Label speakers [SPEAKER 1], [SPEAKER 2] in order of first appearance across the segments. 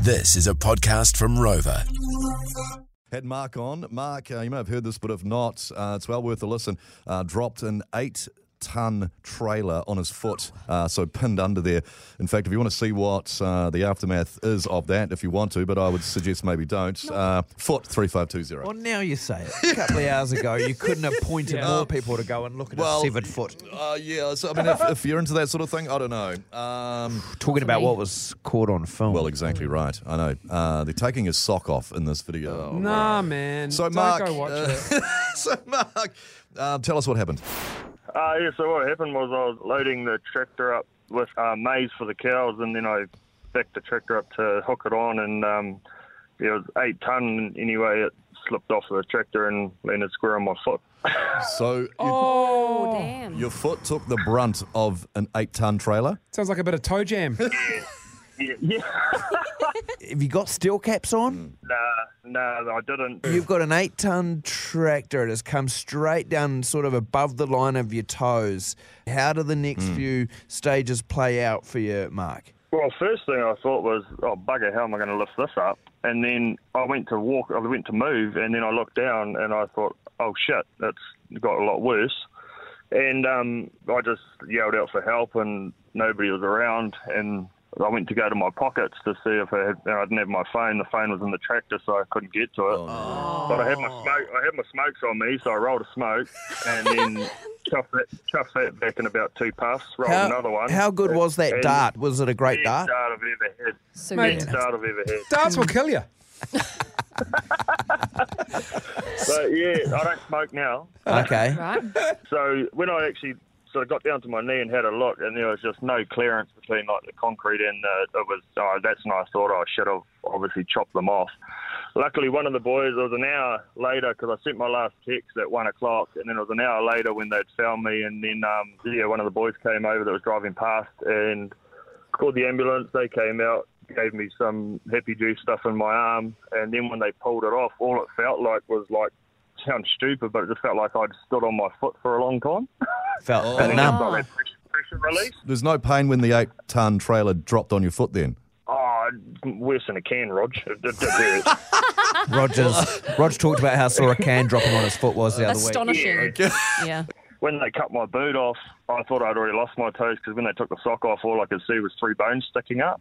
[SPEAKER 1] This is a podcast from Rover.
[SPEAKER 2] Had Mark on. Mark, uh, you may have heard this, but if not, uh, it's well worth a listen. Uh, dropped an eight ton trailer on his foot, uh, so pinned under there. In fact, if you want to see what uh, the aftermath is of that, if you want to, but I would suggest maybe don't. Uh, foot 3520.
[SPEAKER 3] Well, now you say it. A couple of hours ago, you couldn't have pointed more people to go and look at
[SPEAKER 2] Well,
[SPEAKER 3] a severed foot.
[SPEAKER 2] Uh, yeah, so I mean, if, if you're into that sort of thing, I don't know. Um,
[SPEAKER 3] Talking about what was caught on film.
[SPEAKER 2] well, exactly right. I know. Uh, they're taking his sock off in this video.
[SPEAKER 4] Nah, man.
[SPEAKER 2] So,
[SPEAKER 4] Oh, Don't
[SPEAKER 2] Mark,
[SPEAKER 4] go watch
[SPEAKER 2] uh,
[SPEAKER 4] it.
[SPEAKER 2] so, Mark, um, tell us what happened.
[SPEAKER 5] Uh, yeah, so what happened was I was loading the tractor up with uh, maize for the cows, and then I backed the tractor up to hook it on, and um, yeah, it was eight ton. and Anyway, it slipped off the tractor and landed square on my foot.
[SPEAKER 2] So, you-
[SPEAKER 4] Oh,
[SPEAKER 6] Damn.
[SPEAKER 2] your foot took the brunt of an eight ton trailer.
[SPEAKER 4] sounds like a bit of toe jam.
[SPEAKER 5] Yeah, yeah.
[SPEAKER 3] Have you got steel caps on?
[SPEAKER 5] nah, nah, I didn't.
[SPEAKER 3] You've got an eight ton tractor. It has come straight down sort of above the line of your toes. How do the next few stages play out for you, Mark?
[SPEAKER 5] Well, first thing I thought was, oh bugger, how am I going to lift this up? And then I went to walk, I went to move, and then I looked down and I thought, oh shit, it's got a lot worse. And um, I just yelled out for help, and nobody was around. And I went to go to my pockets to see if I had, and I didn't have my phone. The phone was in the tractor, so I couldn't get to it. But I had my smoke, I had my smokes on me, so I rolled a smoke and then chuffed that, chuffed that back in about two puffs, rolled
[SPEAKER 3] How,
[SPEAKER 5] Oh, another one.
[SPEAKER 3] how good was that
[SPEAKER 5] And-
[SPEAKER 3] dart? Was it a great
[SPEAKER 5] Best
[SPEAKER 3] dart?
[SPEAKER 5] dart I've ever had.
[SPEAKER 6] So
[SPEAKER 4] Mate.
[SPEAKER 6] good.
[SPEAKER 5] Best dart I've ever had.
[SPEAKER 4] Darts will kill you.
[SPEAKER 5] But yeah, I don't smoke now.
[SPEAKER 3] Okay.
[SPEAKER 6] Right?
[SPEAKER 5] So when I actually so I got down to my knee and had a look, and there was just no clearance between like the concrete and the, it was. Oh, that's when I thought I should have obviously chopped them off. Luckily, one of the boys. It was an hour later because I sent my last text at one o'clock, and then it was an hour later when they'd found me, and then um, yeah, one of the boys came over that was driving past and called the ambulance. They came out, gave me some happy juice stuff in my arm, and then when they pulled it off, all it felt like was like sounds stupid, but it just felt like I'd stood on my foot for a long time.
[SPEAKER 3] Felt a bit
[SPEAKER 5] And then
[SPEAKER 3] numb.
[SPEAKER 5] I felt that pressure, pressure release.
[SPEAKER 2] There's no pain when the eight ton trailer dropped on your foot then.
[SPEAKER 5] Oh, worse than a can, Rog. It did- did hurt.
[SPEAKER 3] Rogers, Roger talked about how sort of can dropping on his foot was the other week.
[SPEAKER 6] Astonishing. Yeah.
[SPEAKER 5] when they cut my boot off, I thought I'd already lost my toes because when they took the sock off, all I could see was three bones sticking up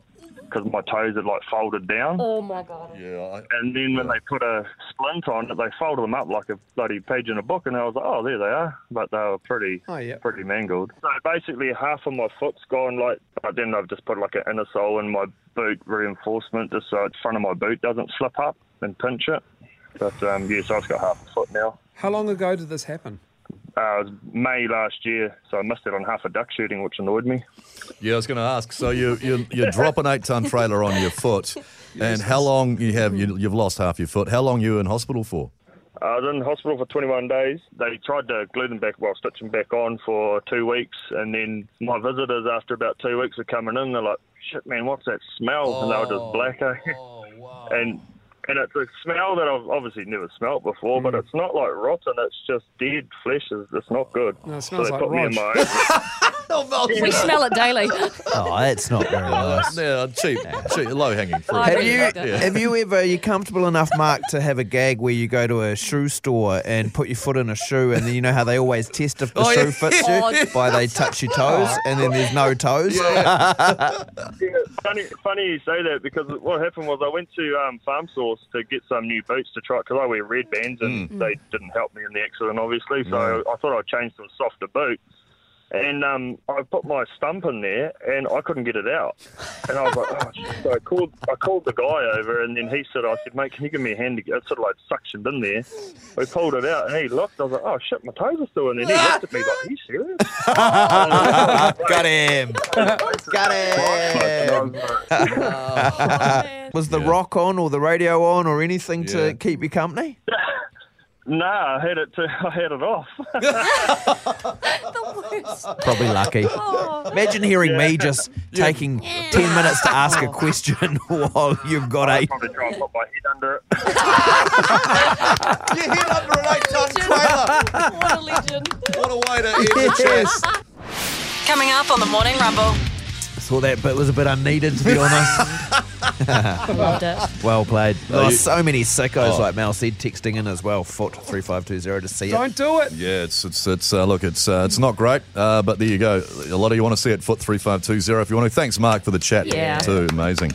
[SPEAKER 5] because my toes had like folded down.
[SPEAKER 6] Oh my god.
[SPEAKER 2] Yeah.
[SPEAKER 5] And then when they put a splint on it, they folded them up like a bloody page in a book, and I was like, oh, there they are. But they were pretty,
[SPEAKER 4] Oh, yeah.
[SPEAKER 5] pretty mangled. So basically, half of my foot's gone. Like, but then I've just put like an inner sole in my boot reinforcement, just so the front of my boot doesn't slip up and pinch it. But um, yeah, so I've got half a foot now.
[SPEAKER 4] How long ago did this happen?
[SPEAKER 5] Uh, it was May last year, so I missed it on half a duck shooting, which annoyed me.
[SPEAKER 2] Yeah, I was going to ask. So you you you drop an eight ton trailer on your foot, and how long you have you, you've lost half your foot? How long you in hospital for?
[SPEAKER 5] I was in hospital for 21 days. They tried to glue them back, well, stitch them back on for two weeks. And then my visitors, after about two weeks of coming in, they're like, shit, man, what's that smell? and they were just black. eh? and and it's a smell that I've obviously never smelt before, but it's not like rotten. It's just dead flesh. It's, it's not good.
[SPEAKER 4] No, it
[SPEAKER 5] so
[SPEAKER 4] smells
[SPEAKER 5] they
[SPEAKER 4] like
[SPEAKER 5] put me in
[SPEAKER 4] rog.
[SPEAKER 5] my
[SPEAKER 6] We smell it daily.
[SPEAKER 3] Oh, that's not very nice.
[SPEAKER 2] yeah, cheap, cheap low hanging fruit.
[SPEAKER 6] Oh, I
[SPEAKER 3] Have
[SPEAKER 6] really
[SPEAKER 3] you,
[SPEAKER 6] liked it.
[SPEAKER 2] Yeah.
[SPEAKER 3] have you ever, are you comfortable enough, Mark, to have a gag where you go to a shoe store and put your foot in a shoe and then you know how they always test if the
[SPEAKER 2] Oh,
[SPEAKER 3] shoe
[SPEAKER 2] yeah.
[SPEAKER 3] fits you
[SPEAKER 6] Oh.
[SPEAKER 3] by they touch your toes and then there's no toes?
[SPEAKER 5] Yeah, funny, funny you say that because what happened was I went to um, Farm Source to get some new boots to try because I wear red bands and they didn't help me in the accident, obviously. So I thought I'd change to a softer boot. And um, I put my stump in there, and I couldn't get it out. And I was like, oh, shit. So I called, I called the guy over, and then he said, I said, mate, can you give me a hand? To get-" It's sort of like suctioned in there. We pulled it out, and he looked. I was like, oh shit, my toes are still in there. He looked at me like, are you serious?
[SPEAKER 3] Got him. Got
[SPEAKER 5] And I
[SPEAKER 3] him.
[SPEAKER 5] was like,
[SPEAKER 3] Was the rock on or the radio on or anything
[SPEAKER 2] Yeah.
[SPEAKER 3] to keep you company?
[SPEAKER 5] nah, I had it. To, I had it off.
[SPEAKER 6] the worst.
[SPEAKER 3] Probably lucky.
[SPEAKER 6] Oh.
[SPEAKER 3] Imagine hearing me just taking 10 minutes to ask a question while you've got eight.
[SPEAKER 5] probably try and put my head under it.
[SPEAKER 2] You hit under an eight ton
[SPEAKER 6] Legend.
[SPEAKER 2] trailer.
[SPEAKER 6] What a legend.
[SPEAKER 2] What a way to end the chest.
[SPEAKER 6] Coming up on the Morning Rumble.
[SPEAKER 3] Thought that bit was a bit unneeded, to be honest.
[SPEAKER 6] Loved it.
[SPEAKER 3] Well played. There
[SPEAKER 2] Uh,
[SPEAKER 3] are
[SPEAKER 2] you-
[SPEAKER 3] so many sickos
[SPEAKER 2] Oh.
[SPEAKER 3] like Mal said texting in as well. Foot three five two zero to see
[SPEAKER 4] Don't do it.
[SPEAKER 2] Yeah, it's it's it's uh, look, it's uh, it's not great, uh, but there you go. A lot of you want to see it. Foot three five two zero. If you want to, thanks Mark for the chat
[SPEAKER 6] Yeah.
[SPEAKER 2] too. Amazing.